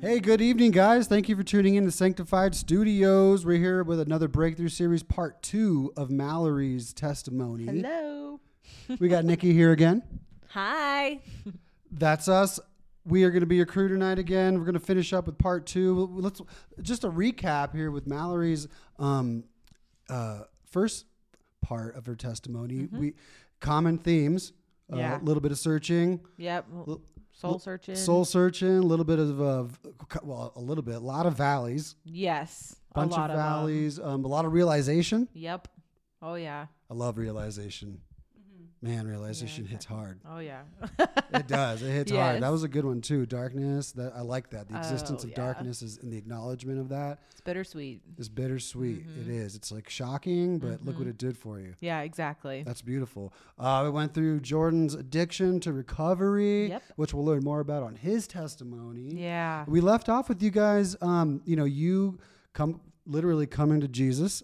Hey, good evening, guys. Thank you for tuning in to Sanctified Studios. We're here with another Breakthrough Series Part 2 of Mallory's testimony. Hello. We got Nikki here again. Hi. That's us. We are going to be your crew tonight again. We're going to finish up with Part 2. Let's just a recap here with Mallory's um, uh, first part of her testimony. We common themes, a Mm-hmm. Yeah. little bit of searching, Yep. Well, Soul searching. soul searching, a little bit of uh, v- well, a little bit, a lot of valleys. Yes. bunch a lot of of 'em. valleys, um, a lot of realization. Yep. Oh yeah. I love realization. Man, realization hits hard. Oh Mm-hmm. yeah. It does. It hits hard. That Yes. was a good one too. Darkness. That I like that. The existence Oh, of yeah. darkness is and the acknowledgement of that it's bittersweet. is bittersweet. It Mm-hmm. is. It's like shocking, but look what it did for you. Yeah. Exactly. That's beautiful. Uh, we went through Jordan's addiction to recovery, Yep. which we'll learn more about on his testimony. Yeah. We left off with you guys. Um, you know, you come literally coming to Jesus.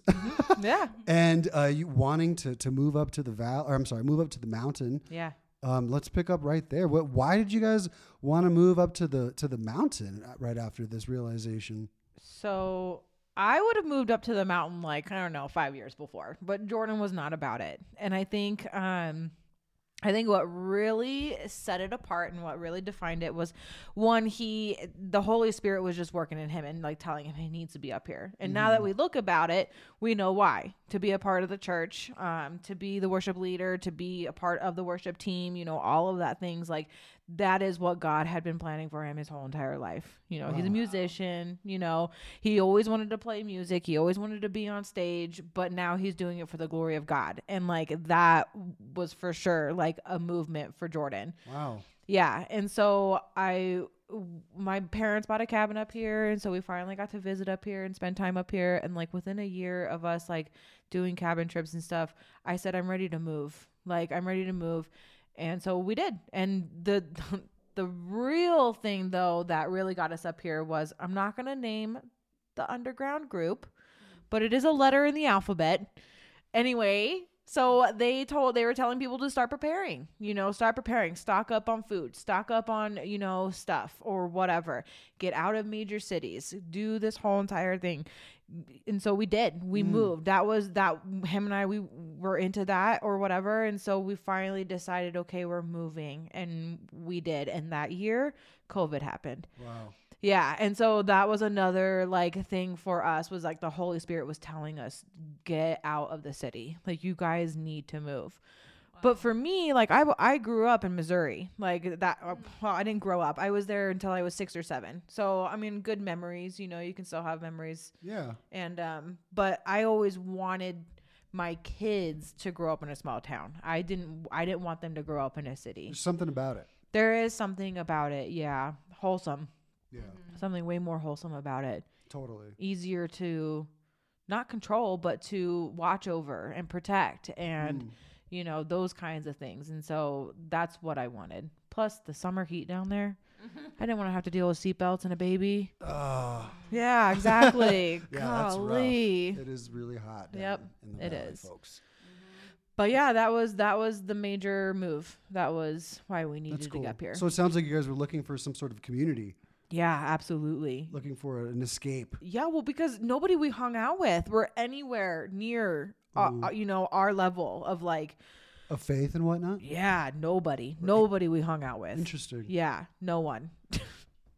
yeah. and uh, you wanting to to move up to the val, or I'm sorry, move up to the mountain. Yeah. Um, let's pick up right there. What? Why did you guys want to move up to the to the mountain uh, right after this realization? So I would have moved up to the mountain like I don't know five years before, but Jordan was not about it, and I think um. I think what really set it apart and what really defined it was one, he, the Holy Spirit was just working in him and like telling him he needs to be up here. And now that we look about it, we know why to be a part of the church, um, to be the worship leader, to be a part of the worship team, you know, all of that things like that is what God had been planning for him his whole entire life. You know, he's a musician, you know, he always wanted to play music, he always wanted to be on stage, but now he's doing it for the glory of God. And like that was for sure like a movement for Jordan. Wow. Yeah, and so I my parents bought a cabin up here and so we finally got to visit up here and spend time up here and like within a year of us like doing cabin trips and stuff, I said I'm ready to move. Like I'm ready to move. And so we did. And the the real thing though that really got us up here was I'm not going to name the underground group, but it is a letter in the alphabet. Anyway, so they told they were telling people to start preparing, you know, start preparing, stock up on food, stock up on, you know, stuff or whatever. Get out of major cities, do this whole entire thing. And so we did. We moved. That was that him and I we were into that or whatever, and so we finally decided okay, we're moving and we did. And that year COVID happened. Wow. Yeah, and so that was another like thing for us was like the Holy Spirit was telling us get out of the city. Like you guys need to move. But for me, like I, w- I grew up in Missouri. Like that uh, well, I didn't grow up. I was there until I was 6 or 7. So, I mean, good memories, you know, you can still have memories Yeah. and um but i always wanted my kids to grow up in a small town i didn't i didn't want them to grow up in a city There's something about it. there is something about it yeah wholesome Yeah. something way more wholesome about it Totally. easier to not control but to watch over and protect and Mm. you know those kinds of things and so that's what i wanted plus the summer heat down there i didn't want to have to deal with seatbelts and a baby Ah. yeah exactly yeah, that's rough. golly It is really hot. Down Yep, In the it valley, is. folks. But yeah, that was that was the major move. That was why we needed That's cool. to get up here. So it sounds like you guys were looking for some sort of community, yeah, absolutely. looking for an escape. Yeah, well, because nobody we hung out with were anywhere near, uh, uh, you know, our level of like, Of faith and whatnot. yeah, nobody, nobody we hung out with. Interesting. Yeah, no one.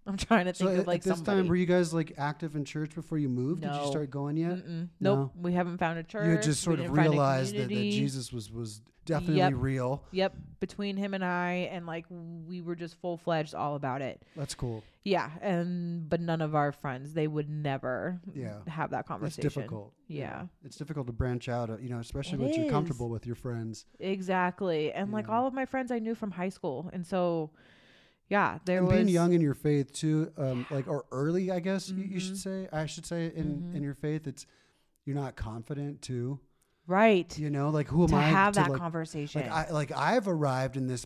I'm trying to So think at, of like at this somebody. time, were you guys like active in church before you moved? Did you No. start going yet? Mm-mm. No. Nope, we haven't found a church. you had just we sort of didn't find a realized that, that community. Jesus was was definitely Yep. real. Yep, between him and I, and like we were just full fledged all about it. That's cool. Yeah, and but none of our friends they would never Yeah. have that It's conversation. difficult. Yeah. it's difficult to branch out. uh, You know, especially It once you're is. comfortable with your friends. Exactly. And like Yeah. all of my friends I knew from high school. And so yeah, there and was being young in your faith too, um, like or early, I guess you, you should say. Mhm. I should say in Mm-hmm. in your faith, it's you're not confident too. right You know, like who am to I have to that like, conversation. like I like I've arrived in this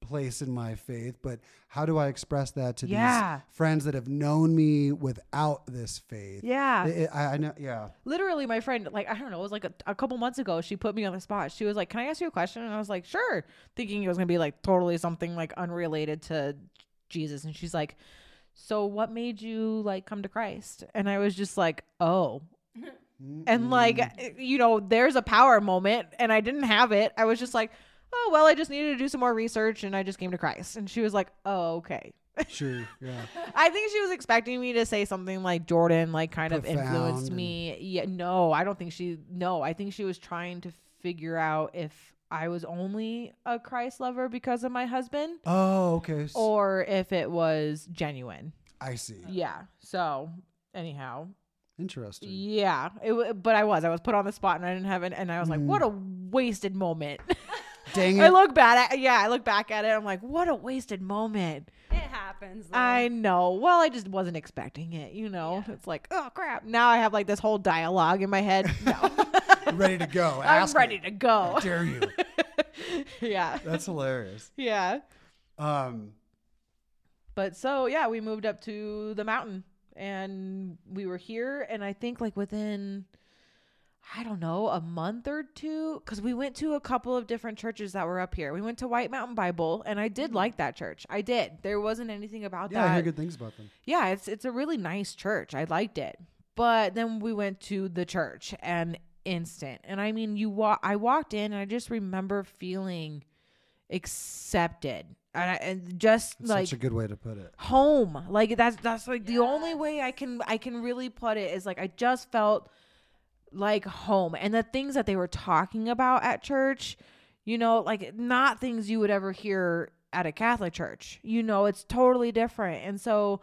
place in my faith, but how do I express that to Yeah. these friends that have known me without this faith? yeah. It- I, I know. Yeah. Literally my friend like I don't know, it was like a, a couple months ago she put me on the spot. She was like, "Can I ask you a question?" And I was like, "Sure." Thinking it was going to be like totally something like unrelated to Jesus and she's like, so what made you like come to Christ? And I was just like, oh. And Mm. like, eh, you know, there's a power moment and I didn't have it. I was just like, oh, well, I just needed to do some more research and I just came to Christ. And she was like, oh, okay. sure, yeah. I think she was expecting me to say something like Jordan, like kind of Profound influenced and- me. Yeah, no, I don't think she. No, I think she was trying to figure out if I was only a Christ lover because of my husband, Oh, okay. s- or if it was genuine. I see. Yeah. So anyhow, Interesting. yeah. It, wa- but I was. I was put on the spot, and I didn't have it. And I was like, Mhm. what a wasted moment. Dang I it. look bad at. Yeah, I look back at it. I'm like, what a wasted moment. It happens. though. Uh-huh. I know. Well, I just wasn't expecting it, you know. Yeah. It's like, oh crap. Now I have like this whole dialogue in my head. No. ready to go. I'm Ask me. ready to go. Dare you? yeah. That's hilarious. Yeah. Um, But so, yeah, we moved up to the mountain and we were here and I think like within I don't know, a month or two cuz we went to a couple of different churches that were up here. We went to White Mountain Bible and I did like that church. I did. There wasn't anything about Mm-hmm. yeah, I that. hear good things about them. yeah, it's it's a really nice church. I liked it. But then we went to the church and instant. And I mean, you walk I walked in and I just remember feeling accepted. And I, and just It's like such a good way to put it. home. Like that's that's like the only way I can I can really put it is like I just felt like home. And the things that they were talking about at church, you know, like not things you would ever hear at a Catholic church. You know, it's totally different. And so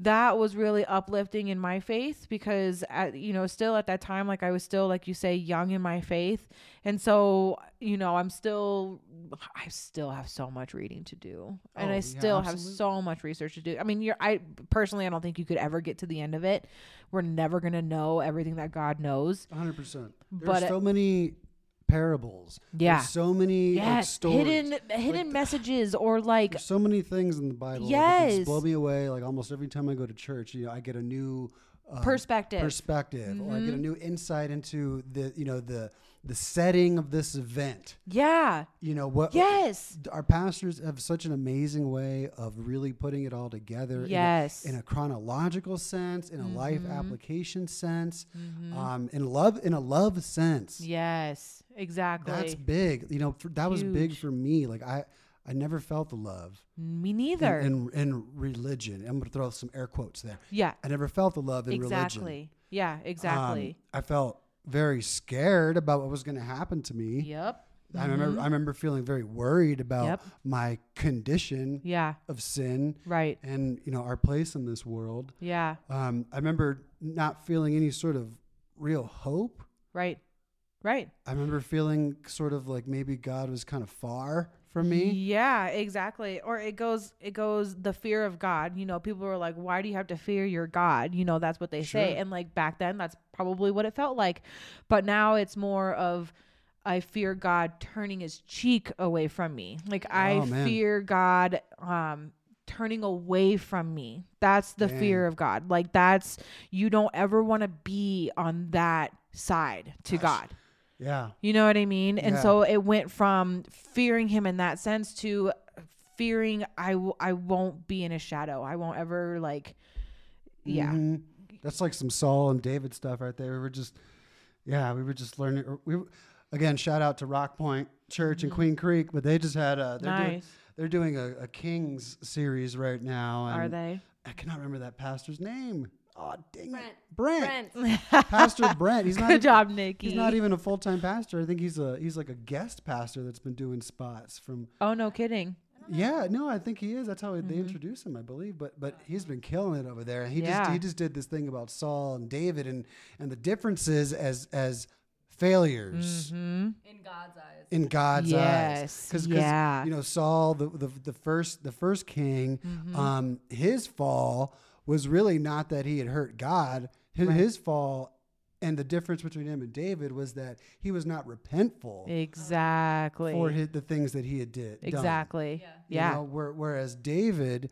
that was really uplifting in my faith because at, you know still at that time like i was still like you say young in my faith and so you know i'm still i still have so much reading to do and Oh, i yeah, still have absolutely. so much research to do i mean you're i personally i don't think you could ever get to the end of it we're never going to know everything that god knows 100%. There's But it- so many parables. Yeah. There's so many like, yes stories. hidden hidden the- messages or like There's so many things in the Bible. that just Yes. blow me away. Like almost every time I go to church, you know, I get a new uh, perspective Mm-hmm. perspective, or I get a new insight into the you know the the setting of this event. yeah You know what? yes Our pastors have such an amazing way of really putting it all together. in a- yes Mm-hmm. in a chronological sense, in a life application sense, um, in love, in a love sense. yes exactly That's big. You know, for, that was big Huge. for me. Like I, I never felt the love me in, neither in, in religion. I'm gonna throw some air quotes there. yeah I never felt the love in exactly religion. yeah Um, exactly I felt very scared about what was gonna happen to me. yep I remember. I remember feeling very worried about Mm-hmm. Yep. my condition yeah of sin right and you know our place in this world. yeah Um, I remember not feeling any sort of real hope. right right I remember feeling sort of like maybe God was kind of far from me. Yeah, exactly. Or it goes it goes the fear of God. You know, people are like, Why do you have to fear your God? You know, that's what they say. Sure. And like back then that's probably what it felt like. But now it's more of I fear God turning his cheek away from me. Like I Oh, man. fear God um turning away from me. That's the Man. fear of God. Like that's you don't ever want to be on that side to Gosh. God. Yeah. You know what I mean? And Yeah. so it went from fearing him in that sense to fearing I, w- I won't be in his shadow. I won't ever like, yeah. Mhm. That's like some Saul and David stuff right there. We were just, yeah, we were just learning. or We, were- again, shout out to Rock Point Church in Queen Creek, but they just had a they're doing, Mm-hmm. nice. they're doing a, a Kings series right now. And Are they? I cannot remember that pastor's name. Oh, dang it, Brent. Brent. Brent. Pastor Brent. He's not Good even- job, Nikki. He's not even a full time pastor. I think he's a he's like a guest pastor that's been doing spots from. oh, no kidding. Yeah, no, I think he is. That's how they Mm-hmm. introduce him, I believe. But but he's been killing it over there. And he just Yeah. he just did this thing about Saul and David and and the differences as as failures hmm in God's eyes. in God's eyes. Yes, yeah. you know Saul the, the the first the first king, Mm-hmm. um, his fall was really not that he had hurt God. His, his fall. And the difference between him and David was that he was not repentful Exactly. for his, the things that he had did done, exactly. Yeah. you Yeah. know, where, whereas David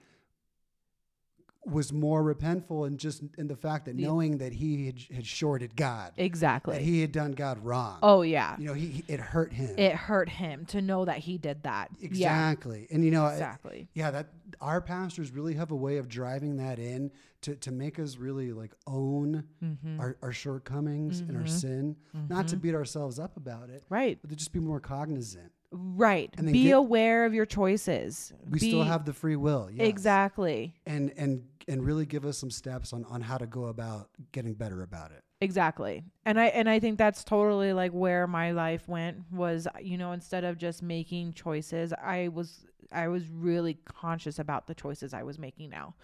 was more repentful and just in the fact that knowing that he had, had shorted God, Exactly. that he had done God wrong. oh yeah. you know, he, he- it hurt him. It hurt him to know that he did that. Yeah. exactly, and you know, I- Exactly. yeah, that our pastors really have a way of driving that in to to make us really like own Mm-hmm. our, our shortcomings and our sin, not to beat ourselves up about it, Right. but to just be more cognizant. Right. And then Be get- aware of your choices. We still Be- have the free will, yes. Exactly. and and and really give us some steps on on how to go about getting better about it. Exactly. And I and I think that's totally like where my life went was you know instead of just making choices, I was I was really conscious about the choices I was making now.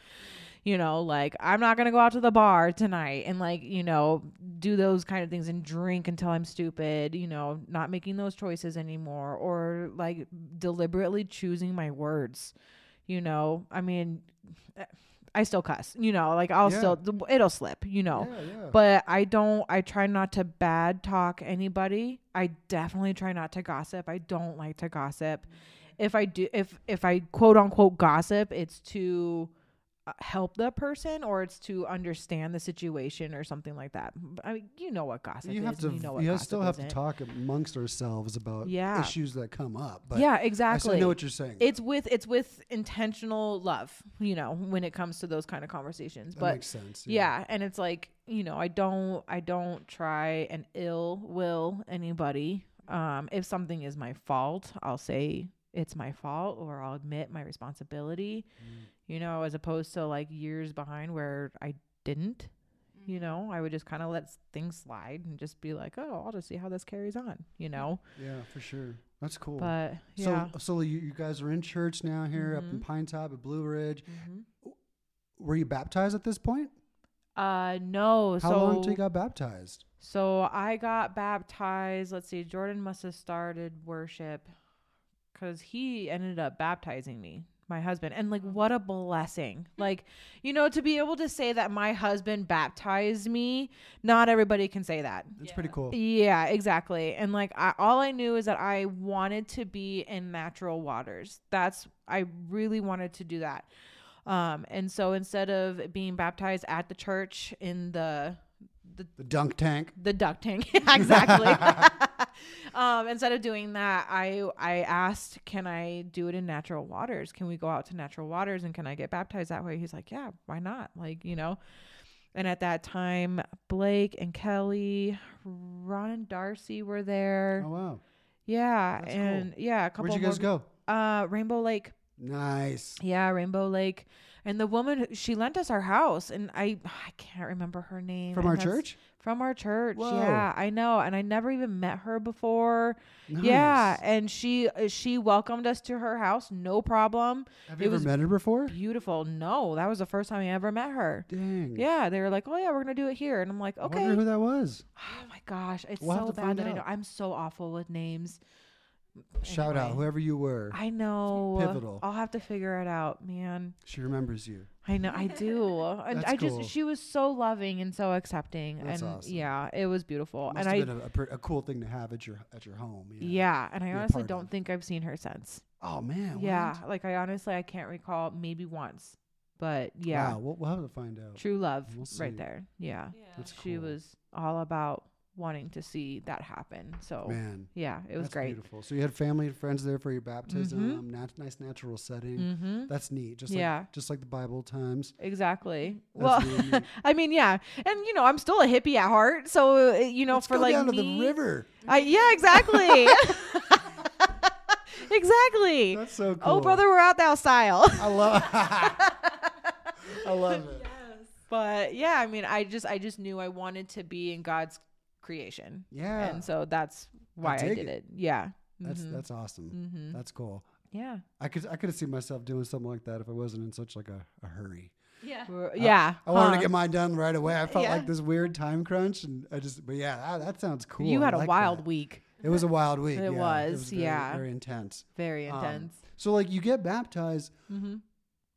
You know, like I'm not going to go out to the bar tonight and like, you know, do those kind of things and drink until I'm stupid, you know, not making those choices anymore or like deliberately choosing my words. You know, I mean eh, I still cuss, you know, like I'll Yeah. still it'll slip, you know Yeah, yeah. Oh. but I don't. I try not to bad talk anybody. I definitely try not to gossip. I don't like to gossip. If I do, if if I quote unquote gossip, it's to uh, help the person or it's to understand the situation or something like that. I mean, you know what gossip you is. have to and you know what you gossip still have to isn't. talk amongst ourselves about Yeah. issues that come up. But yeah, I still exactly. know what you're saying. it's with it's with intentional love, you know, when it comes to those kind of conversations. that but makes sense. yeah and it's like you know i don't i don't try and ill will anybody um if something is my fault i'll say it's my fault or i'll admit my responsibility Mm. you know as opposed to like years behind where i didn't you know i would just kind of let s- things slide and just be like oh i'll just see how this carries on you know yeah, for sure. That's cool. but yeah Mm-hmm. So, uh, so you, you guys are in church now here up in Pine Top at Blue Ridge. Mhm. Were you baptized at this point? uh no How so long until you got baptized? So I got baptized. Let's see, Jordan must have started worship because he ended up baptizing me, my husband. And like, what a blessing. Like, you know, to be able to say that my husband baptized me, not everybody can say that. That's pretty cool. Yeah, exactly. And like I, all I knew is that I wanted to be in natural waters. That's I really wanted to do that. Um and so instead of being baptized at the church in the the The dunk tank. the duck tank exactly um, instead of doing that i i asked can i do it in natural waters can we go out to natural waters and can i get baptized that way he's like yeah why not like you know and at that time blake and kelly ron and darcy were there Oh wow. yeah that's cool. and yeah a couple Where'd you guys more, go? uh rainbow lake Nice. yeah, Rainbow Lake. And the woman who- she lent us our house and I I can't remember her name. From and our that's- church? From our church. Whoa. Yeah, I know. And I never even met her before. nice. Yeah, and she uh, she welcomed us to her house, no problem. Have it you ever was- met her before? Beautiful. No, that was the first time I ever met her. Dang. Yeah, they were like, "Oh yeah, we're going to do it here." And I'm like, Hmm. I "Okay." wonder who that was. oh my gosh, it's We'll have so to bad find that I out. know. I'm so awful with names. Shout out, Anyway. whoever you were. I know. Pivotal. I'll have to figure it out, man. she remembers you. I know I do. And That's I just cool. she was so loving and so accepting That's and awesome. yeah, it was beautiful. Must Oh, and have I been a, a, pre- a cool thing to have at your at your home. you know? yeah, and I a honestly part don't of. think I've seen her since. Oh man. yeah, what? like I honestly I can't recall maybe once. But yeah, Wow. We'll, we'll have to find out. true love We'll see. right there. Yeah. Yeah. That's She cool. was all about wanting to see that happen. So Man. yeah, it was that's great. Beautiful. So you had family and friends there for your baptism. um, Mhm. nat- nice natural setting. Mhm. That's neat. Just Yeah. like just like the Bible times. Exactly. That's well, really neat. I mean, yeah. And you know, I'm still a hippie at heart, so uh, you know, Let's for go like down to me- the river. I, yeah, exactly. exactly. That's so cool. Oh, brother, we're out thou style. I love. I love it. Yes. but yeah, I mean, I just, I just knew I wanted to be in God's creation, Yeah. and so that's why I, dig did it. it. Yeah. That's Mhm. that's awesome. Mhm. That's cool. yeah. I could I could have seen myself doing something like that if I wasn't in such like a, a hurry. Yeah. We're- yeah. I wanted huh. to get mine done right away. I felt Yeah. like this weird time crunch, and I just but yeah, that, that sounds cool. You I had a like wild that. week. It was a wild week. It yeah. was, very- yeah. very intense. Very Um, intense. so like you get baptized. mm-hmm.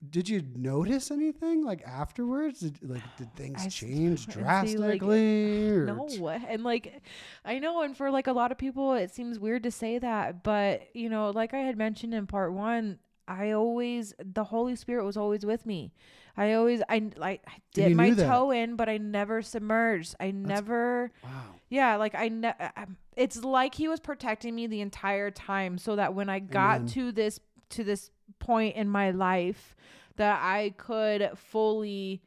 Did you notice anything like afterwards? Did, like did things I s- change I see, like, drastically? or No, t- and like I know, and for like a lot of people, it seems weird to say that, but you know, like I had mentioned in part one, I always the Holy Spirit was always with me. I always I like I dip you my knew that. toe in, but I never submerged. I never Wow. yeah, like I ne- I'm- it's like he was protecting me the entire time so that when I got Amen. to this to this point in my life that I could fully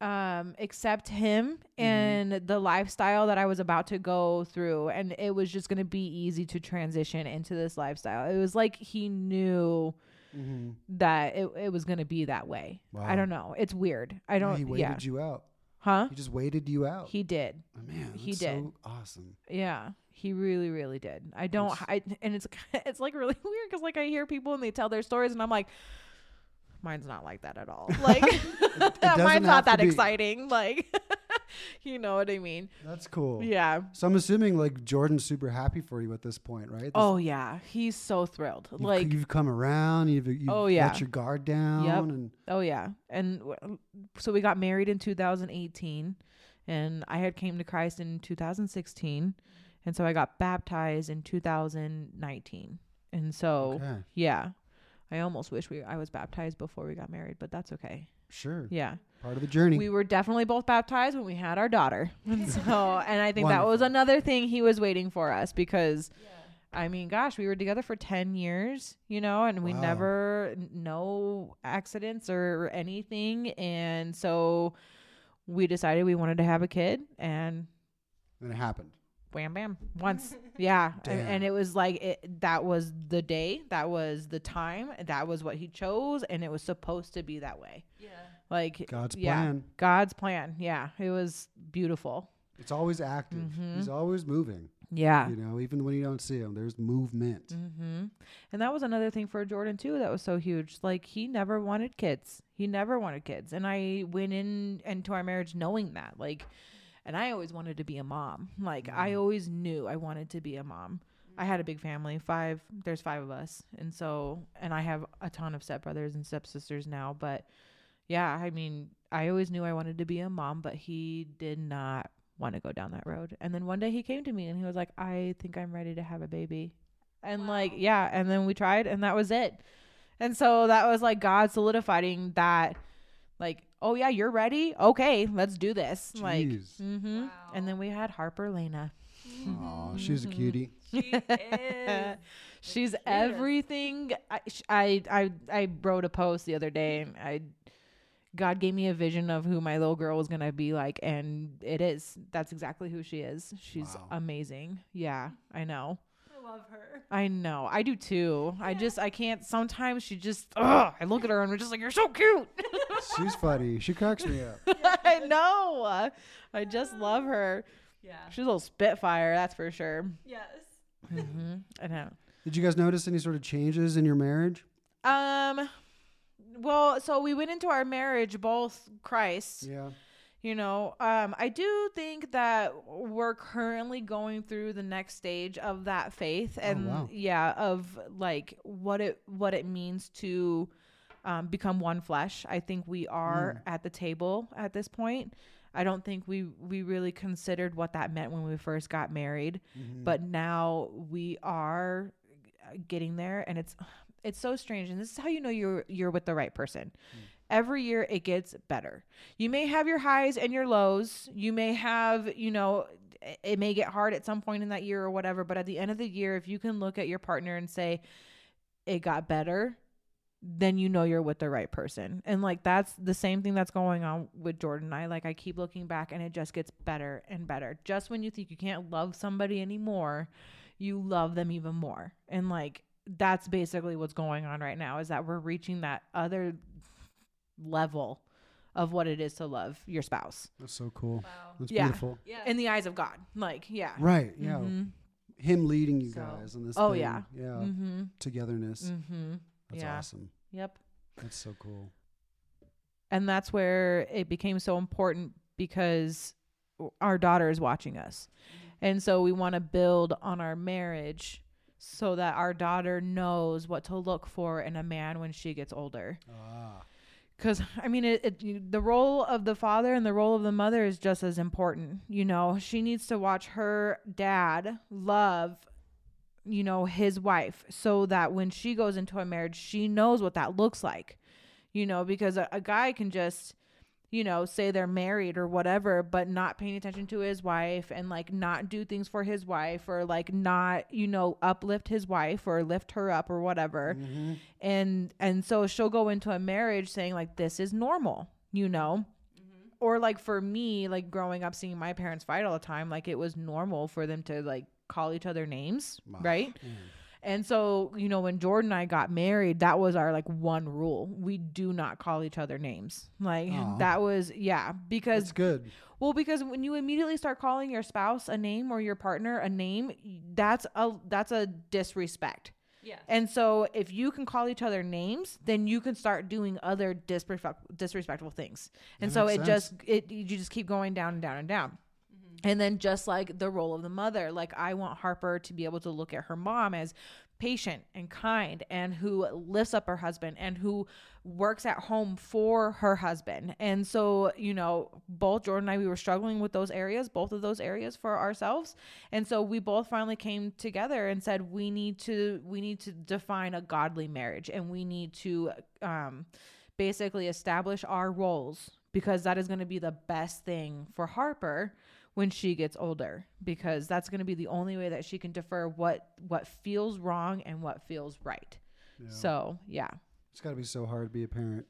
um accept him Mm-hmm. and the lifestyle that I was about to go through and it was just going to be easy to transition into this lifestyle. It was like he knew Mm-hmm. that it, it was going to be that way. Wow. I don't know. It's weird. I he don't waited yeah. you out. Huh? He just waited you out. He did. Oh, man, he that's did. So awesome. Yeah, he really, really did. I don't, That's- I, and it's it's like really weird because like I hear people and they tell their stories, and I'm like, mine's not like that at all. Like, doesn't mine's have not to that be. exciting. Like, you know what I mean? That's cool. Yeah. So I'm assuming like Jordan's super happy for you at this point, right? This- Oh yeah, he's so thrilled. you've, Like, you've come around. You've, you've Oh, let yeah. your guard down. And oh yeah, and w- so we got married in 2018, and I had came to Christ in 2016, and so I got baptized in 2019, and so. okay, Yeah. I almost wish we I was baptized before we got married, but that's okay. sure, Yeah. part of the journey. We were definitely both baptized when we had our daughter. And so and I think that was Wonderful. another thing he was waiting for us because Yeah. I mean, gosh, we were together for 10 years, you know, and we Wow. never n- no accidents or anything and so we decided we wanted to have a kid and and it happened. bam bam once yeah A- Damn. and, it was like it, that was the day that was the time that was what he chose and it was supposed to be that way Yeah. like God's yeah, plan. god's plan yeah it was beautiful It's always active. Mhm. He's always moving. yeah You know, even when you don't see him, there's movement. hmm and that was another thing for jordan too that was so huge like he never wanted kids he never wanted kids and i went in into our marriage knowing that like and i always wanted to be a mom like i always knew i wanted to be a mom I had a big family, five. There's five of us, and so and I have a ton of stepbrothers and stepsisters now. But yeah, I mean, I always knew I wanted to be a mom, but he did not want to go down that road. And then one day he came to me and he was like, "I think I'm ready to have a baby," and like Wow. yeah, and then we tried, and that was it. And so that was like God solidifying that, like, oh yeah, you're ready. Okay, let's do this. Like, Jeez. mm-hmm. Wow. and then we had Harper Lena. Aw, she's a Mhm. cutie. She is. She's cutest. everything. I, sh- I I I wrote a post the other day. And I God gave me a vision of who my little girl was gonna be like, and it is. That's exactly who she is. She's Wow. amazing. Yeah, I know. I love her. I know. I do too. I Yeah. just I can't. Sometimes she just. Ugh, I look at her and I'm just like, you're so cute. she's funny. She cracks me up. I know. I just love her. Yeah. She's a little spitfire, that's for sure. Yes. hmm I know. Did you guys notice any sort of changes in your marriage? Um well, so we went into our marriage both Christ, Yeah. you know. Um I do think that we're currently going through the next stage of that faith and Oh, wow. yeah, of like what it what it means to um, become one flesh. I think we are Hmm. at the table at this point. I don't think we we really considered what that meant when we first got married Mhm. but now we are uh, getting there and it's it's so strange and this is how you know you're you're with the right person every year it gets better you may have your highs and your lows you may have you know it- it may get hard at some point in that year or whatever but at the end of the year if you can look at your partner and say it got better then you know you're with the right person and like that's the same thing that's going on with jordan and i like i keep looking back and it just gets better and better just when you think you can't love somebody anymore you love them even more and like that's basically what's going on right now is that we're reaching that other level of what it is to love your spouse that's so cool. Wow. That's Yeah. beautiful. Yeah. in the eyes of god like yeah Right. Yeah. Mhm. Him leading you So- guys on this. Oh, thing. yeah. Yeah. mhm Togetherness. mhm That's yeah. awesome. yep That's so cool. and that's where it became so important because our daughter is watching us and so we want to build on our marriage so that our daughter knows what to look for in a man when she gets older Ah. because i mean it, it you- the role of the father and the role of the mother is just as important you know she needs to watch her dad love you know, his wife so that when she goes into a marriage, she knows what that looks like. You know, because a, a guy can just, you know, say they're married or whatever, but not paying attention to his wife and like not do things for his wife or like not, you know, uplift his wife or lift her up or whatever. Mm-hmm. And and so she'll go into a marriage saying like this is normal, you know Mm-hmm. or like for me, like growing up seeing my parents fight all the time, like it was normal for them to like call each other names, Wow. right? And so, you know, when Jordan and I got married, that was our like one rule. We do not call each other names. Like Aw. that was yeah, because It's good. well, because when you immediately start calling your spouse a name or your partner a name, that's a that's a disrespect. Yes. And so if you can call each other names, then you can start doing other disrespect, disrespectful things. And That so makes it just it you just keep going down and down and down. And then just like the role of the mother, like I want Harper to be able to look at her mom as patient and kind and who lifts up her husband and who works at home for her husband. And so, you know, both Jordan and I we were struggling with those areas, both of those areas for ourselves. And so we both finally came together and said we need to we need to define a godly marriage and we need to um basically establish our roles because that is going to be the best thing for Harper when she gets older because that's going to be the only way that she can defer what what feels wrong and what feels right. Yeah. So, yeah. It's got to be so hard to be a parent.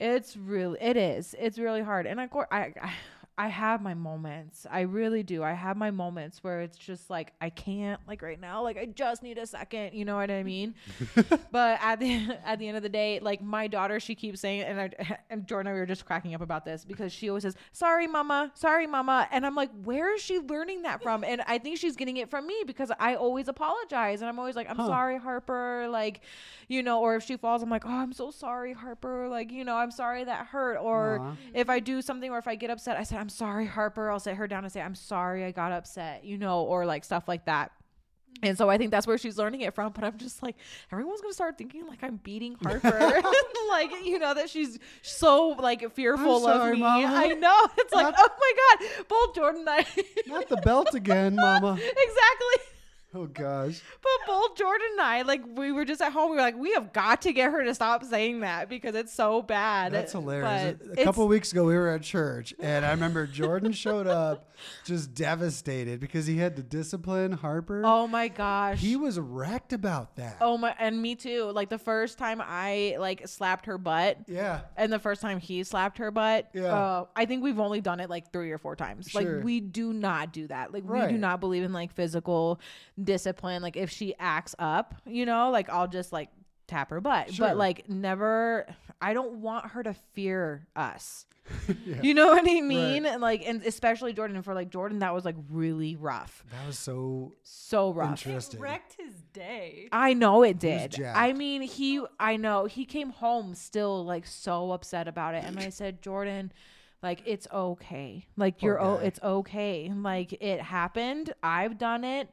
It's really it is. It's really hard. And of course I I- I have my moments. I really do. I have my moments where it's just like I can't like right now like I just need a second, you know what I mean? but at the at the end of the day, like my daughter, she keeps saying, and I and Jordan, and I, we were just cracking up about this because she always says, "Sorry, mama, sorry, mama," and I'm like, "Where is she learning that from?" And I think she's getting it from me because I always apologize, and I'm always like, "I'm Huh. sorry, Harper," like, you know, or if she falls, I'm like, "Oh, I'm so sorry, Harper," like, you know, I'm sorry that hurt, or Aw. if I do something or if I get upset, I say, "I'm sorry, Harper," I'll sit her down and say, "I'm sorry, I got upset," you know, or like stuff like that. And so I think that's where she's learning it from. But I'm just like, everyone's gonna start thinking like I'm beating Harper, like you know that she's so like fearful sorry, of me. Mama. I know it's like, Not- oh my god, both Jordan and I, Not the belt again, mama. exactly. Oh gosh. But both Jordan and I, like we were just at home, we were like, we have got to get her to stop saying that because it's so bad. That's hilarious. But A- A it's- couple weeks ago, we were at church, and I remember Jordan showed up just devastated because he had to discipline Harper. Oh my gosh. He was wrecked about that. oh my, and me too. Like the first time I like slapped her butt. Yeah. and the first time he slapped her butt Yeah. uh, i think we've only done it like three or four times Sure. like we do not do that like we Right. do not believe in like physical discipline like if she acts up you know like i'll just like tap her butt Sure. but like never i don't want her to fear us Yeah. you know what i mean and like and especially jordan and for like jordan that was like really rough That was so so rough interesting. It wrecked his day. I know it was did. jacked. I mean, he, I know he came home still like so upset about it. And I said, Jordan, like, it's okay. Like, Poor you're, oh, guy. it's okay. Like, it happened. I've done it.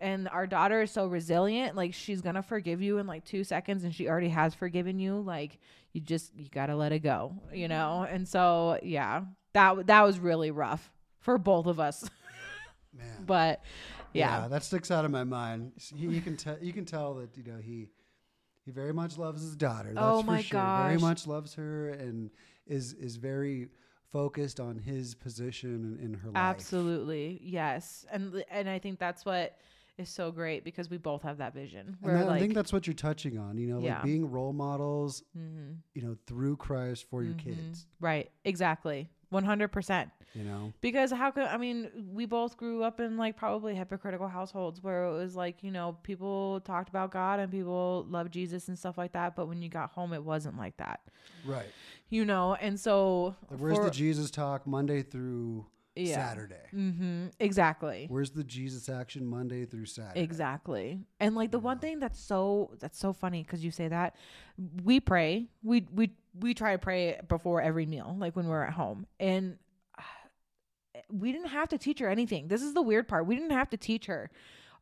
And our daughter is so resilient. Like, she's going to forgive you in like two seconds. And she already has forgiven you. Like, you just, you got to let it go, you know? And so, yeah, that, w- that was really rough for both of us. man. but yeah. that sticks out of my mind. S- He, you can tell. You can tell that you know he he very much loves his daughter. That's Oh for my sure. Very gosh. much loves her and is is very focused on his position in, in her life. Absolutely. Yes. And and I think that's what is so great because we both have that vision. And Where that- I like think that's what you're touching on. You know, like Yeah. being role models. Mhm. You know, through Christ for your Mhm. kids. Right. Exactly. 100%. You know, Because how could I mean, we both grew up in like probably hypocritical households where it was like, you know, people talked about God and people loved Jesus and stuff like that, but when you got home it wasn't like that. right? You know, and so Like, where's the for- Jesus talk Monday through Saturday? Mhm. Exactly. Where's the Jesus action Monday through Saturday? Exactly. And like the one thing that's so that's so funny cuz you say that we pray. We we we try to pray before every meal like when we're at home. And uh, we didn't have to teach her anything. This is the weird part. We didn't have to teach her.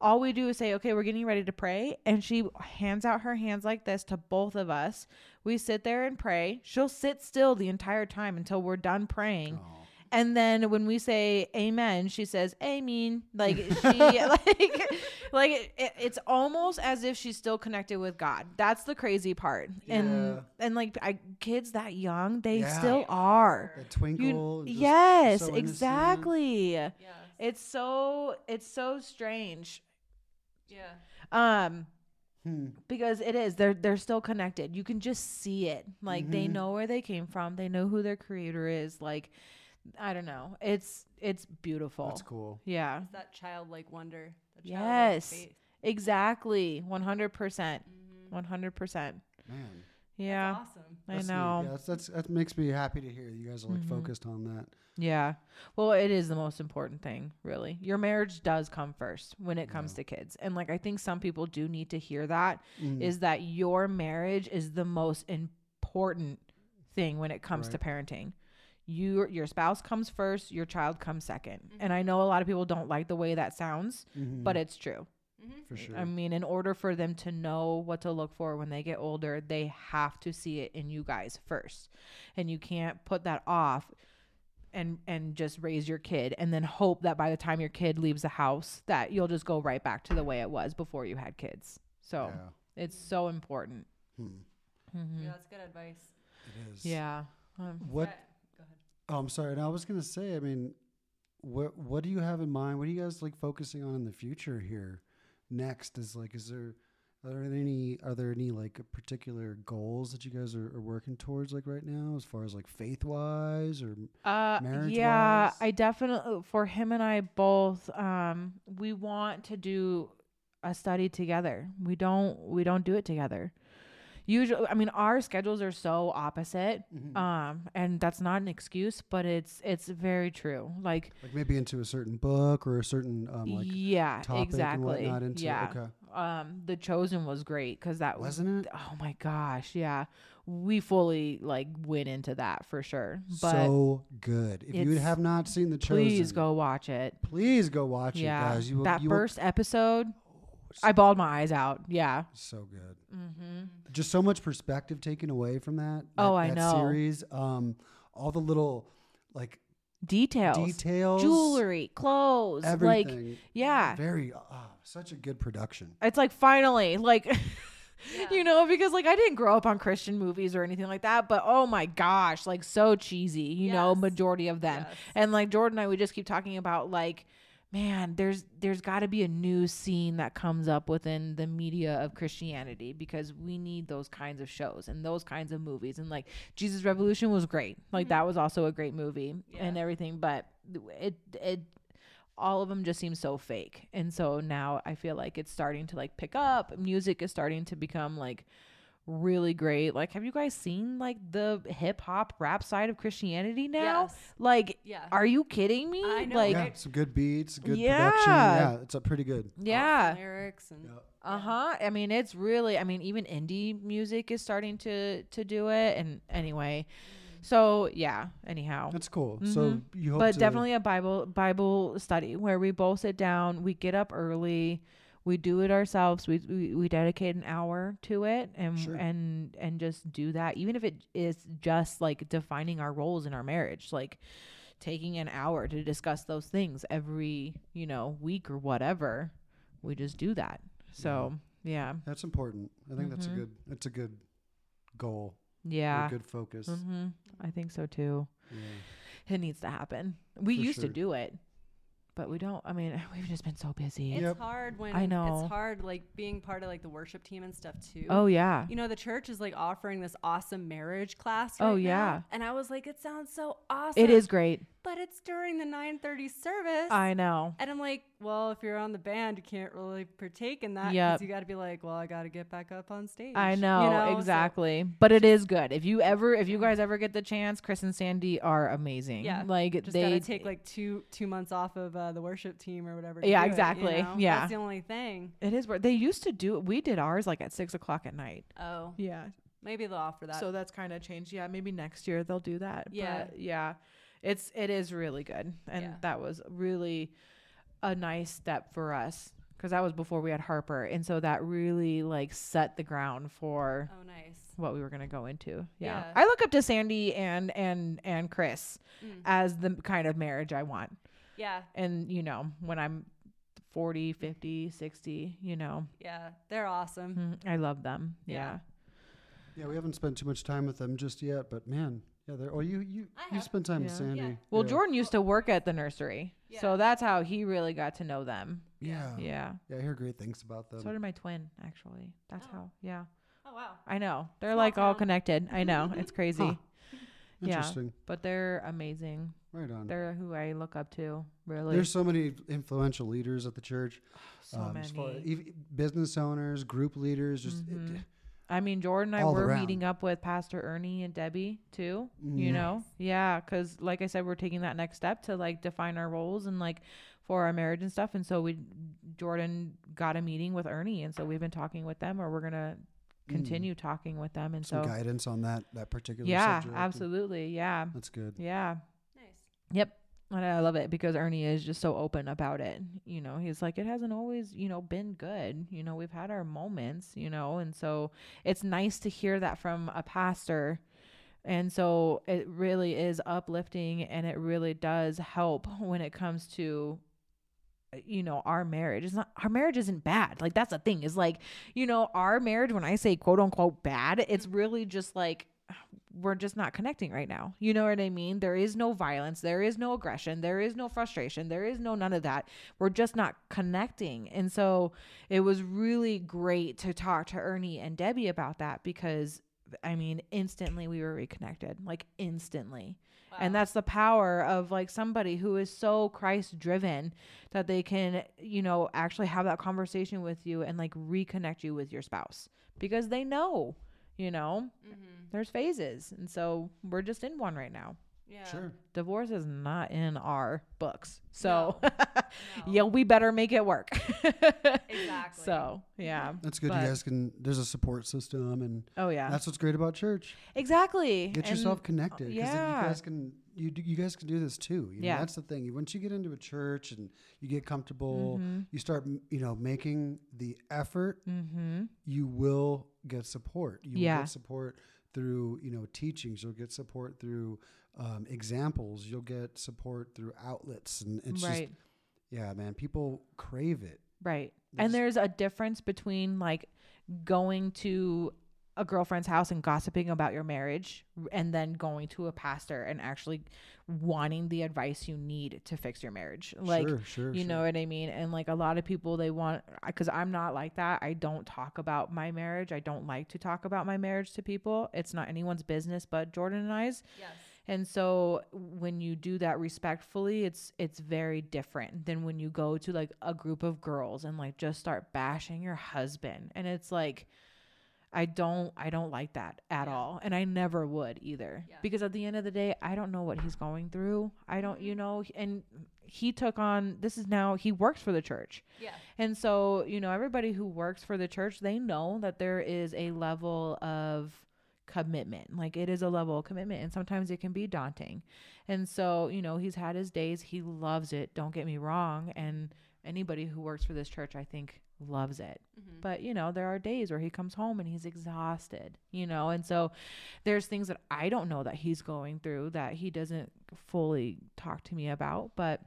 All we do is say, "Okay, we're getting ready to pray." And she hands out her hands like this to both of us. We sit there and pray. She'll sit still the entire time until we're done praying. Oh. And then when we say amen, she says amen. Like she like like it, it- it's almost as if she's still connected with God. That's the crazy part. Yeah. And and like I, kids that young, they Yeah. still are. The You- twinkle. just yes, so innocent. exactly. Yes. It's so it's so strange. yeah. Um Hmm. because it is they're they're still connected you can just see it like they Mhm. know where they came from they know who their creator is like i don't know it's it's beautiful That's cool. yeah It's that childlike wonder. That Yes. exactly 100% 100% Man. yeah Mm-hmm. awesome. i That's neat. know Yeah, that's, that's, that makes me happy to hear you guys are like Mhm. focused on that. yeah well it is the most important thing really your marriage does come first when it comes Yeah. to kids and like i think some people do need to hear that Mm. is that your marriage is the most important thing when it comes to parenting. You, your spouse comes first, your child comes 2nd Mm-hmm. And I know a lot of people don't like the way that sounds, Mhm. but it's true. Mm-hmm. for sure. I mean, in order for them to know what to look for when they get older, they have to see it in you guys first. And you can't put that off and and just raise your kid and then hope that by the time your kid leaves the house that you'll just go right back to the way it was before you had kids. So Yeah. it's so important. Mm-hmm. Hmm. Yeah, that's good advice. It is. Yeah. Um, What? That- go ahead. Oh, I'm sorry. No, I was gonna say. I mean, what what do you have in mind? What are you guys like focusing on in the future here? Next is like, is there are there any are there any like particular goals that you guys are, are working towards like right now as far as like faith wise or uh, Marriage yeah, wise? I definitely oh, for him and I both. Um, we want to do a study together. We don't. We don't do it together. Usually, I mean, our schedules are so opposite. Mm. Um, and that's not an excuse, but it's it's very true. Like, like maybe into a certain book or a certain um, like yeah, topic and exactly. whatnot into yeah. okay Um, the chosen was great because that was wasn't it oh my gosh yeah we fully like went into that for sure but so good if you it's- have not seen the chosen please go watch it please go watch yeah it guys you will, that you will- Oh, first episode i bawled my eyes out yeah so good mm-hmm. just so much perspective taken away from that. that Oh, I that know. series. Um, all the little like details details, jewelry clothes like everything. yeah very uh, such a good production. it's like finally like Yeah. you know because like i didn't grow up on christian movies or anything like that but oh my gosh like so cheesy you know Yes. majority of them Yes. and like jordan and i we just keep talking about like man there's there's got to be a new scene that comes up within the media of christianity because we need those kinds of shows and those kinds of movies and like jesus revolution was great like that was also a great movie and Mm-hmm. Yeah. everything but it it all of them just seem so fake and so now i feel like it's starting to like pick up music is starting to become like really great like have you guys seen like the hip hop rap side of christianity now Yes. like Yeah. are you kidding me I know, like yeah, right? some good beats, good production. Yeah. Yeah, it's a pretty good. yeah Awesome lyrics and uh-huh i mean it's really i mean even indie music is starting to to do it and anyway Mm. so yeah anyhow That's cool. So you hope, Mm-hmm. but to- definitely a bible bible study where we both sit down we get up early we do it ourselves we we, we dedicate an hour to it and Sure. and and just do that even if it is just like defining our roles in our marriage like taking an hour to discuss those things every you know week or whatever we just do that so yeah That's important. I think that's a Mhm. good. That's a good goal. or yeah A good focus. hmm i think so too Yeah. it needs to happen. We For used sure. to do it, but we don't. I mean, we've just been so busy. it's Yep. hard when I know. it's hard like being part of like the worship team and stuff too. oh yeah, You know, the church is like offering this awesome marriage class. Oh, right now, yeah. and I was like, it sounds so awesome. it is great. but it's during the 9:30 service. I know. and I'm like, well, if you're on the band, you can't really partake in that. Yep. because You got to be like, well, I got to get back up on stage. I you know, So- exactly. But it is good. If you ever, if you guys ever get the chance, Chris and Sandy are amazing. Yeah, like just they gotta take like two two months off of uh, the worship team or whatever. to Yeah, do it, you exactly. know? Yeah. that's the only thing. It is. wor- They used to do. We did ours like at six o'clock at night. Oh, Yeah. maybe they'll offer that. so that's kind of changed. Yeah, maybe next year they'll do that. Yeah. but yeah. It's it is really good, and Yeah. that was really a nice step for us because that was before we had Harper, and so that really like set the ground for oh, nice. what we were gonna go into. Yeah. Yeah. I look up to Sandy and and and Chris Mm. as the kind of marriage I want. Yeah, And you know, when I'm 40, 50, 60, you know, yeah, they're awesome. mm, I love them. Yeah. Yeah. Yeah, we haven't spent too much time with them just yet, but man, yeah, they're. Oh, you you I you have. spend time with Yeah. Sandy. Yeah. Well, yeah. Jordan used to work at the nursery, Yeah. so that's how he really got to know them. Yeah. yeah, Yeah. I hear great things about them. So did my twin, actually. That's Oh. how. Yeah. Oh wow. I know. They're Small like all town. connected. I know. It's crazy. yeah. Interesting. But they're amazing. Right on. They're who I look up to, really. There's so many influential leaders at the church. Um, so as far- many. ev- business owners, group leaders, just it- Mhm. I mean, Jordan and I all were around. meeting up with Pastor Ernie and Debbie too. Nice. You know, yeah, because like I said, we're taking that next step to like define our roles and like for our marriage and stuff. And so we, Jordan got a meeting with Ernie, and so we've been talking with them, or we're gonna continue talking with them. And Mm. some so, guidance on that that particular yeah, subject. and- absolutely, yeah, That's good. yeah. Nice. Yep. And I love it because Ernie is just so open about it. You know, he's like, it hasn't always, you know, been good. You know, we've had our moments, you know, and so it's nice to hear that from a pastor. And so it really is uplifting and it really does help when it comes to you know our marriage it's not our marriage isn't bad like that's the thing is like you know our marriage when i say quote unquote bad it's really just like we're just not connecting right now you know what i mean there is no violence there is no aggression there is no frustration there is no none of that we're just not connecting and so it was really great to talk to ernie and debbie about that because i mean instantly we were reconnected like instantly and Wow. that's the power of like somebody who is so Christ driven that they can, you know, actually have that conversation with you and like reconnect you with your spouse because they know, you know, Mhm. there's phases. And so we're just in one right now. Yeah. Sure. Divorce is not in our books. So, No. yeah, we better make it work. Exactly. So, yeah. That's good. But- you guys can. There's a support system, and Oh, yeah. that's what's great about church. exactly. Get And- yourself connected. 'cause then yeah. You guys can. You do, you guys can do this too. You know, Yeah. That's the thing. Once you get into a church and you get comfortable, Mhm. you start you know making the effort. Mm-hmm. You will get support. You will Yeah. get support through you know teachings. You'll get support through um, examples. You'll get support through outlets, and it's right. just yeah, man. People crave it. Right. Yes. And there's a difference between like going to a girlfriend's house and gossiping about your marriage and then going to a pastor and actually wanting the advice you need to fix your marriage. Like sure, sure, you sure. know what I mean? And like a lot of people, they want, because I'm not like that. I don't talk about my marriage. I don't like to talk about my marriage to people. It's not anyone's business but Jordan and I's. Yes. And so when you do that respectfully, it's it's very different than when you go to like a group of girls and like just start bashing your husband. And it's like I don't I don't like that at Yeah. all. And I never would either. Yeah. Because at the end of the day, I don't know what he's going through. I don't, Mm-hmm. you know, and he took on this is now he works for the church. Yeah. And so, you know, everybody who works for the church, they know that there is a level of commitment. Like it is a level of commitment and sometimes it can be daunting. And so, you know, he's had his days. He loves it. Don't get me wrong. And anybody who works for this church, I think, loves it. Mhm. But, you know, there are days where he comes home and he's exhausted, you know? And so there's things that I don't know that he's going through that he doesn't fully talk to me about. But,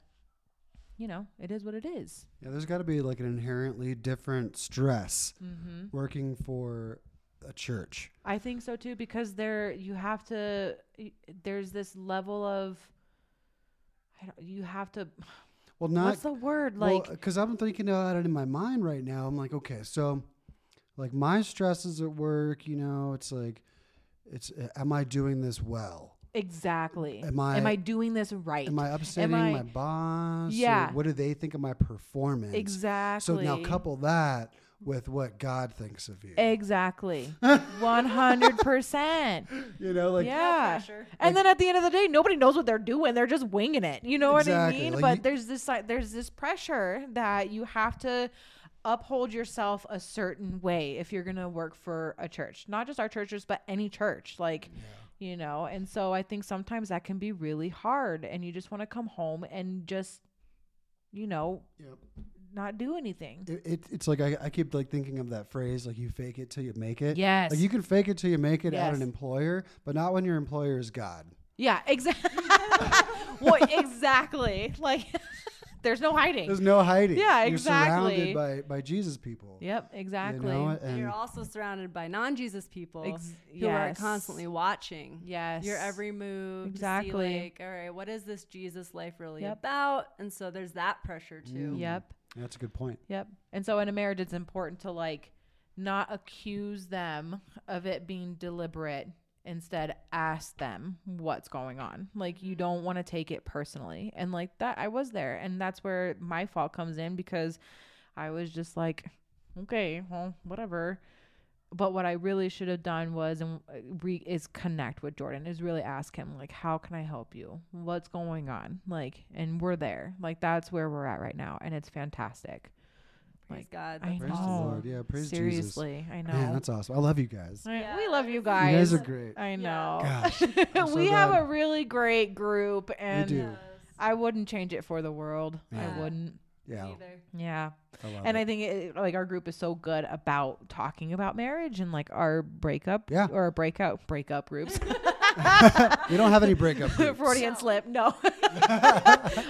you know, it is what it is. Yeah, there's got to be like an inherently different stress Mm-hmm. working for a church. I think so too because there you have to y- there's this level of I don't, you have to Well, uh, not what's the word like because I'm thinking about it in my mind right now. I'm like, okay, so like my stresses at work, you know, it's like, it's uh, am I doing this well? exactly Am I- am I doing this right Am I upsetting I- my boss? Or Yeah. what do they think of my performance? So exactly now couple that with what God thinks of you. exactly 100% You know, like Yeah. No pressure. and then at the end of the day nobody knows what they're doing they're just winging it you know Exactly, what i mean like but you- there's this like there's this pressure that you have to uphold yourself a certain way if you're going to work for a church not just our churches but any church like you know and so i think sometimes that can be really hard and you just want to come home and just you know Yep. not do anything. It, it, it's like I, I keep like thinking of that phrase like you fake it till you make it. Yes. Like you can fake it till you make it at Yes. an employer, but not when your employer is God. Yeah, exactly. well, exactly. Like, there's no hiding. There's no hiding. Yeah, You're exactly. surrounded by by Jesus people. Yep, You exactly. know, And and you're also surrounded by non-Jesus people Ex- who yes. are constantly watching. yes, Your every move. To Exactly. see, like, all right, what is this Jesus life really Yep. about? And so there's that pressure too. Yep, that's a good point. yep. And so in a marriage, it's important to like not accuse them of it being deliberate. Instead, ask them what's going on. Like you don't want to take it personally. And like that, I was there, and that's where my fault comes in because I was just like, okay, well, whatever. But what I really should have done was and uh, re- is connect with Jordan. Is really ask him like, how can I help you? What's going on? Like, and we're there. Like that's where we're at right now, and it's fantastic. Praise Mm. Like, God. I that's Praise know. the Lord. Yeah, praise Jesus. Seriously, I know. Man, that's awesome. I love you guys. I- Yeah, we love you You guys. guys are great. I know. Gosh, I'm so we have glad. a really great group, and do. Yes. I wouldn't change it for the world. Yeah. I wouldn't. yeah, Neither. Yeah. I love and it. I think it, like our group is so good about talking about marriage and like our breakup Yeah. or breakout breakup groups. we don't have any breakup. groups. Freudian slip, no.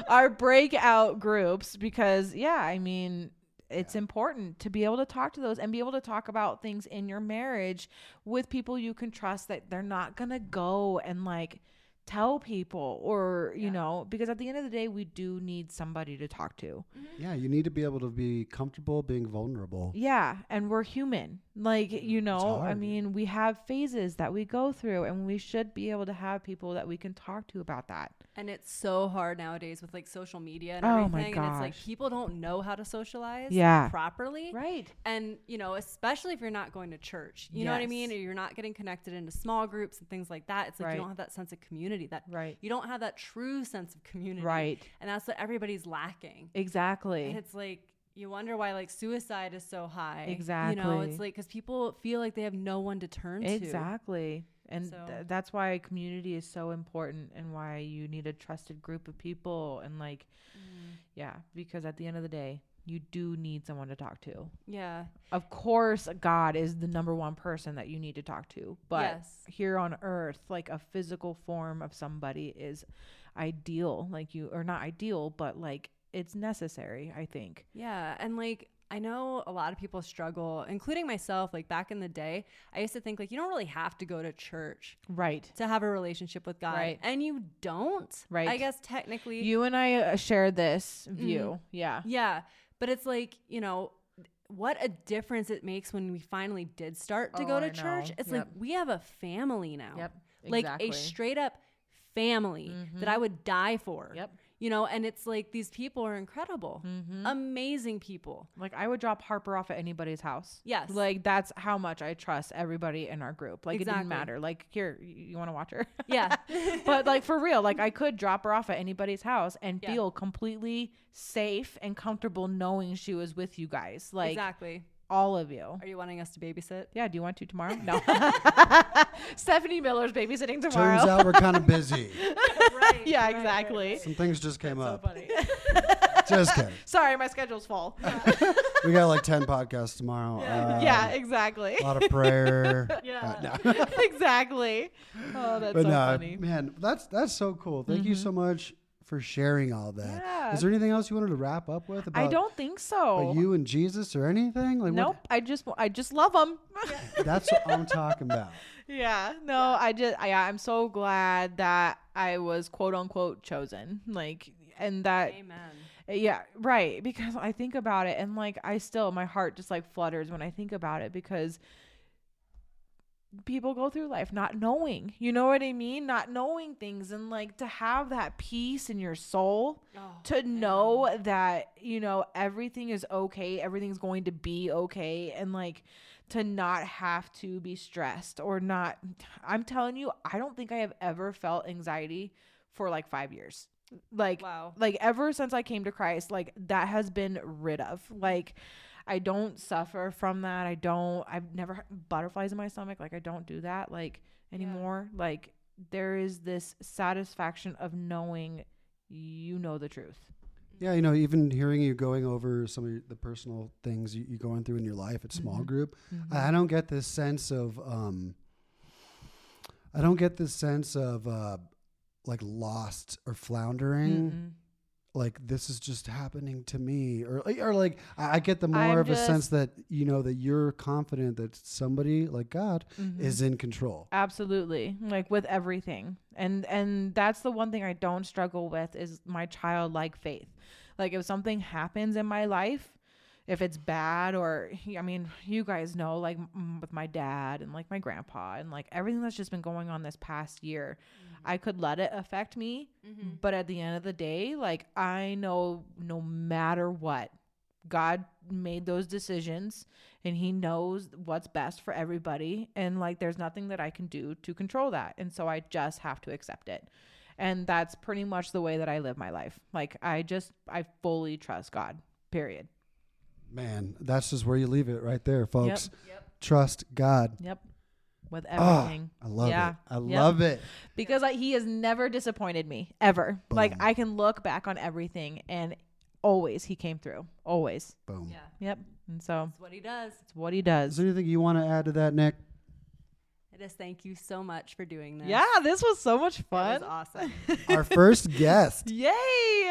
our breakout groups because yeah, I mean it's important to be able to talk to those and be able to talk about things in your marriage with people you can trust that they're not going to go and like tell people or you Yeah. know because at the end of the day we do need somebody to talk to. Yeah, you need to be able to be comfortable being vulnerable. Yeah, and we're human. Like, you know, I hard. mean, we have phases that we go through and we should be able to have people that we can talk to about that. And it's so hard nowadays with like social media and Oh my everything. And it's like gosh. people don't know how to socialize Yeah. properly. Right. And, you know, especially if you're not going to church, you know what I Yes. mean? Or you're not getting connected into small groups and things like that. It's like Right. you don't have that sense of community, that Right. you don't have that true sense of community. Right. And that's what everybody's lacking. And Exactly. it's like, you wonder why like suicide is so high. You know, Exactly. it's like because people feel like they have no one to turn to. Exactly. And So- th- that's why community is so important and why you need a trusted group of people and like Mm. yeah, because at the end of the day, you do need someone to talk to. Yeah. Of course, God is the number one person that you need to talk to, but Yes. here on earth, like a physical form of somebody is ideal, like you or not ideal, but like it's necessary, I think. Yeah. And like, I know a lot of people struggle, including myself. Like back in the day, I used to think like you don't really have to go to church Right. to have a relationship with God, Right. and you don't. Right. I guess technically, You and I uh, share this view. Mm-hmm. Yeah. yeah. But it's like you know. What a difference it makes when we finally did start to Oh, go to I church. know. It's Yep. like we have a family now. Yep. Like Exactly. Mm-hmm. a straight up family that I would die for. Yep. Mm-hmm. You know, and it's like these people are incredible, amazing people. Like I would drop Harper off at anybody's house. Yes. Like that's how much I trust everybody in our group. Like it Exactly. didn't matter. Like here, y- you want to watch her? Yeah. but like for real, like I could drop her off at anybody's house and Yeah. feel completely safe and comfortable knowing she was with you guys. Like exactly. all of you. Are you wanting us to babysit? Yeah, do you want to tomorrow? No. Stephanie Miller's babysitting tomorrow. Turns out we're kind of busy. right. yeah, exactly. Some things just came So up. funny. Just kidding. Sorry, my schedule's full. Um, We got like ten podcasts tomorrow. Um, yeah, exactly. A lot of prayer. Yeah. Uh, no. exactly. Oh, that's but no, so funny. Mm-hmm. man, that's that's so cool. Thank you so much for sharing all that. Is Yeah. there anything else you wanted to wrap up with about I don't think so. about you and Jesus or anything? Like what- nope. I just wa- I just love them. Yeah. that's what I'm talking about. No, I just I I'm so glad that I was quote unquote chosen. Like and that Amen. yeah, right, because I think about it and like I still my heart just like flutters when I think about it because people go through life not knowing. You know what I mean? Not knowing things and like to have that peace in your soul. Oh, to know that you know everything is okay everything's going to be okay and like to not have to be stressed or not i'm telling you i don't think i have ever felt anxiety for like 5 years like Wow. like ever since i came to christ like that has been rid of like i don't suffer from that i don't i've never had butterflies in my stomach like i don't do that like anymore like there is this satisfaction of knowing you know the truth Yeah, you know, even hearing you going over some of your, the personal things you, you're going through in your life at Mm-hmm. small group, I, I don't get this sense of, um, I don't get this sense of uh, like lost or floundering. Like this is just happening to me, or or like I, I get the more I'm of a just- sense that you know that you're confident that somebody like God Mhm. is in control. absolutely like with everything and and that's the one thing i don't struggle with is my childlike faith like if something happens in my life if it's bad or i mean you guys know like m- with my dad and like my grandpa and like everything that's just been going on this past year i could let it affect me but at the end of the day like i know no matter what god made those decisions and he knows what's best for everybody and like there's nothing that i can do to control that and so i just have to accept it and that's pretty much the way that i live my life like i just i fully trust god period Man, that's just where you leave it right there, folks. Yep. Trust God. yep with Ah, everything I love Yeah. it. I Yep. love it. because like he has never disappointed me ever like i can look back on everything and always he came through always Boom. Yeah, yep and so that's what he does. it's what he does Is there anything you want to add to that, Nick? I just thank you so much for doing this. yeah this was so much that fun was awesome. Our first guest. Yay!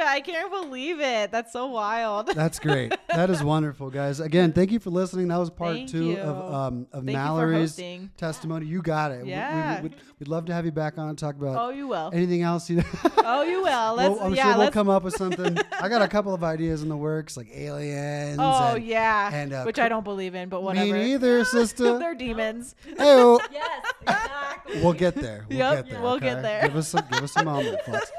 I can't believe it. That's so wild. That's great. That is wonderful, guys. Again, thank you for listening. That was part Thank two you. of um, of Thank you for Mallory's hosting. testimony. You got it. We- Yeah. We, would we'd love to have you back on and talk about Oh, you will. anything else. You Oh, you will. Let's. Well, I'm yeah. sure we'll let's. come up with something. I got a couple of ideas in the works, like aliens. oh, and- yeah. and, uh, which I don't believe in, but Me whatever. neither, sister. They're demons. Hey, oh, yes, exactly. We'll get there. We'll Yep, get there. we'll get okay? there. Give us a, give us a moment, folks.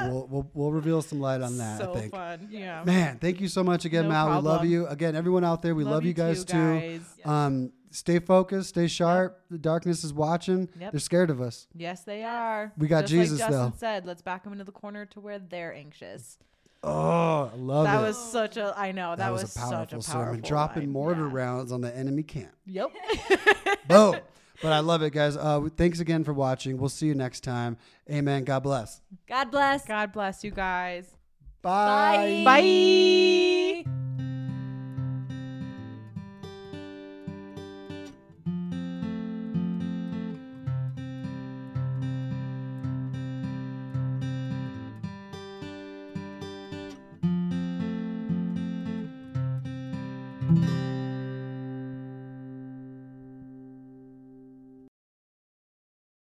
We'll, we'll, we'll reveal some light on that. so I think. fun. Yeah. Man, thank you so much again, No Mal. We love problem. you again, everyone out there. We love, you guys too. guys. Um, stay focused, stay sharp. The darkness is watching. Yep. They're scared of us. Yes, they are. We got Just Jesus, like Justin though. said, let's back them into the corner to where they're anxious. Oh, I love that it. was such a. I know that, was, such a powerful Dropping line. mortar Yeah. rounds on the enemy camp. Yep. Boom. but I love it, guys. Uh, thanks again for watching. We'll see you next time. Amen. God bless. God bless. God bless you guys. Bye. Bye. Bye.